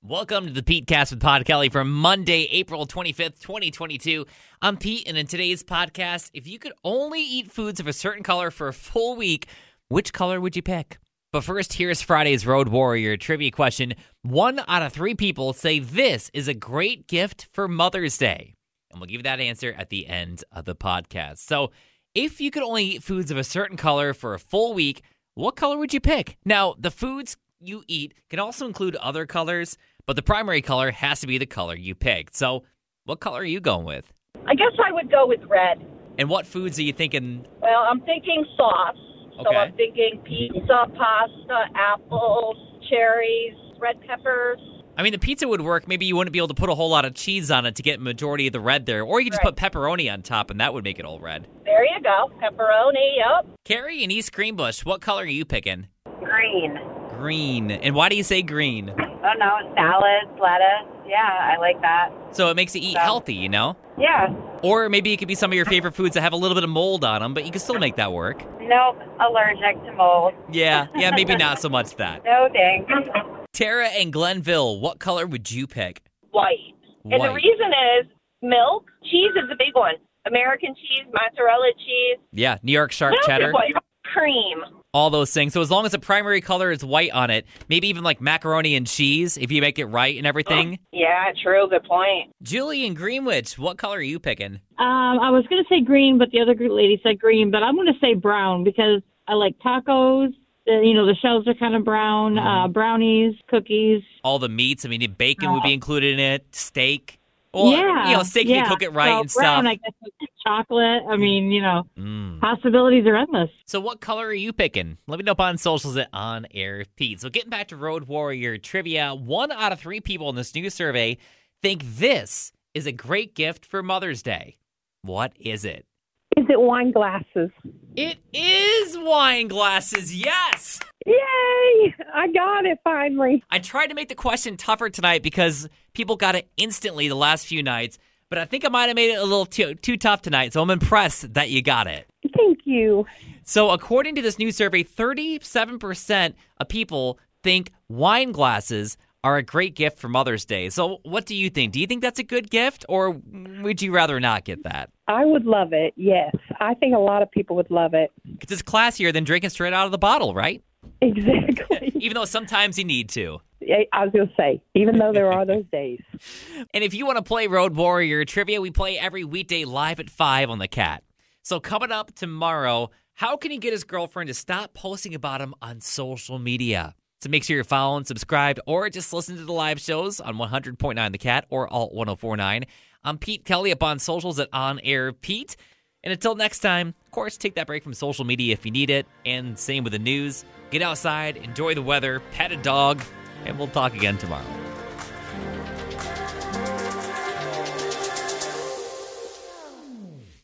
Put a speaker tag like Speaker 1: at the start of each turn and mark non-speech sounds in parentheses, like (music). Speaker 1: Welcome to the Pete Cast with Pod Kelly for Monday, April 25th, 2022. I'm Pete, and in today's podcast, if you could only eat foods of a certain color for a full week, which color would you pick? But first, here's Friday's Road Warrior trivia question. One out of three people say this is a great gift for Mother's Day. And we'll give that answer at the end of the podcast. So, if you could only eat foods of a certain color for a full week, what color would you pick? Now, the foods you eat can also include other colors, but the primary color has to be the color you picked. So, what color are you going with?
Speaker 2: I guess I would go with red.
Speaker 1: And what foods are you thinking?
Speaker 2: Well, I'm thinking sauce. So
Speaker 1: Okay.
Speaker 2: I'm thinking pizza, pasta, apples, cherries, red peppers.
Speaker 1: I mean, the pizza would work. Maybe you wouldn't be able to put a whole lot of cheese on it to get majority of the red there, or you could just
Speaker 2: Right.
Speaker 1: put pepperoni on top, and that would make it all red.
Speaker 2: There you go. Pepperoni, yep.
Speaker 1: Carrie in East Greenbush, what color are you picking?
Speaker 3: Green.
Speaker 1: Green. And why do you say green?
Speaker 3: Oh no, salads, lettuce. Yeah, I like that.
Speaker 1: So it makes you eat
Speaker 3: Um,
Speaker 1: healthy, you know?
Speaker 3: Yeah.
Speaker 1: Or maybe it could be some of your favorite foods that have a little bit of mold on them, but you can still make that work.
Speaker 3: Nope. Allergic to mold.
Speaker 1: Yeah, yeah, maybe not so much that.
Speaker 3: No thanks.
Speaker 1: Tara and Glenville, what color would you pick?
Speaker 2: White. And the reason is milk, cheese is the big one. American cheese, mozzarella cheese,
Speaker 1: Yeah, New York sharp
Speaker 2: milk is
Speaker 1: cheddar,
Speaker 2: white, cream.
Speaker 1: all those things. So as long as the primary color is white on it, maybe even like macaroni and cheese if you make it right and everything.
Speaker 2: Yeah, true. Good point.
Speaker 1: Julie and Greenwich, what color are you picking?
Speaker 4: Um, I was going to say green, but the other gr- lady said green, but I'm going to say brown because I like tacos. The, you know, the shells are kind of brown,
Speaker 1: Mm-hmm.
Speaker 4: uh, brownies, cookies.
Speaker 1: All the meats, I mean, bacon would be included in it, steak.
Speaker 4: Oh. yeah.
Speaker 1: you know, steak if
Speaker 4: yeah.
Speaker 1: you cook it right
Speaker 4: so
Speaker 1: and
Speaker 4: brown,
Speaker 1: stuff. Mm-hmm.
Speaker 4: I guess with chocolate. I mean, you know,
Speaker 1: Mm.
Speaker 4: possibilities are endless.
Speaker 1: So, what color are you picking? Let me know up on socials at On Air Pete. So, getting back to Road Warrior trivia, one out of three people in this new survey think this is a great gift for Mother's Day. What is it?
Speaker 5: Is it wine glasses?
Speaker 1: It is wine glasses. Yes.
Speaker 5: Yay! I got it finally.
Speaker 1: I tried to make the question tougher tonight because people got it instantly the last few nights, but I think I might have made it a little too, too tough tonight. So, I'm impressed that you got it.
Speaker 5: Thank you.
Speaker 1: So, according to this new survey, 37% of people think wine glasses are a great gift for Mother's Day. So, what do you think? Do you think that's a good gift, or would you rather not get that?
Speaker 5: I would love it. Yes. I think a lot of people would love it. (laughs)
Speaker 1: Because it's classier than drinking straight out of the bottle, right? (laughs)
Speaker 5: Exactly.
Speaker 1: Even though sometimes you need to.
Speaker 5: I was going to say, even though there are those days.
Speaker 1: And if you want to play Road Warrior trivia, we play every weekday live at 5 on the cat. So, coming up tomorrow, how can he get his girlfriend to stop posting about him on social media? So, make sure you're following, subscribed, or just listen to the live shows on 100.9 The Cat or Alt 1049. I'm Pete Kelly up on socials at On Air Pete. And until next time, of course, take that break from social media if you need it. And same with the news. Get outside, enjoy the weather, pet a dog, and we'll talk again tomorrow.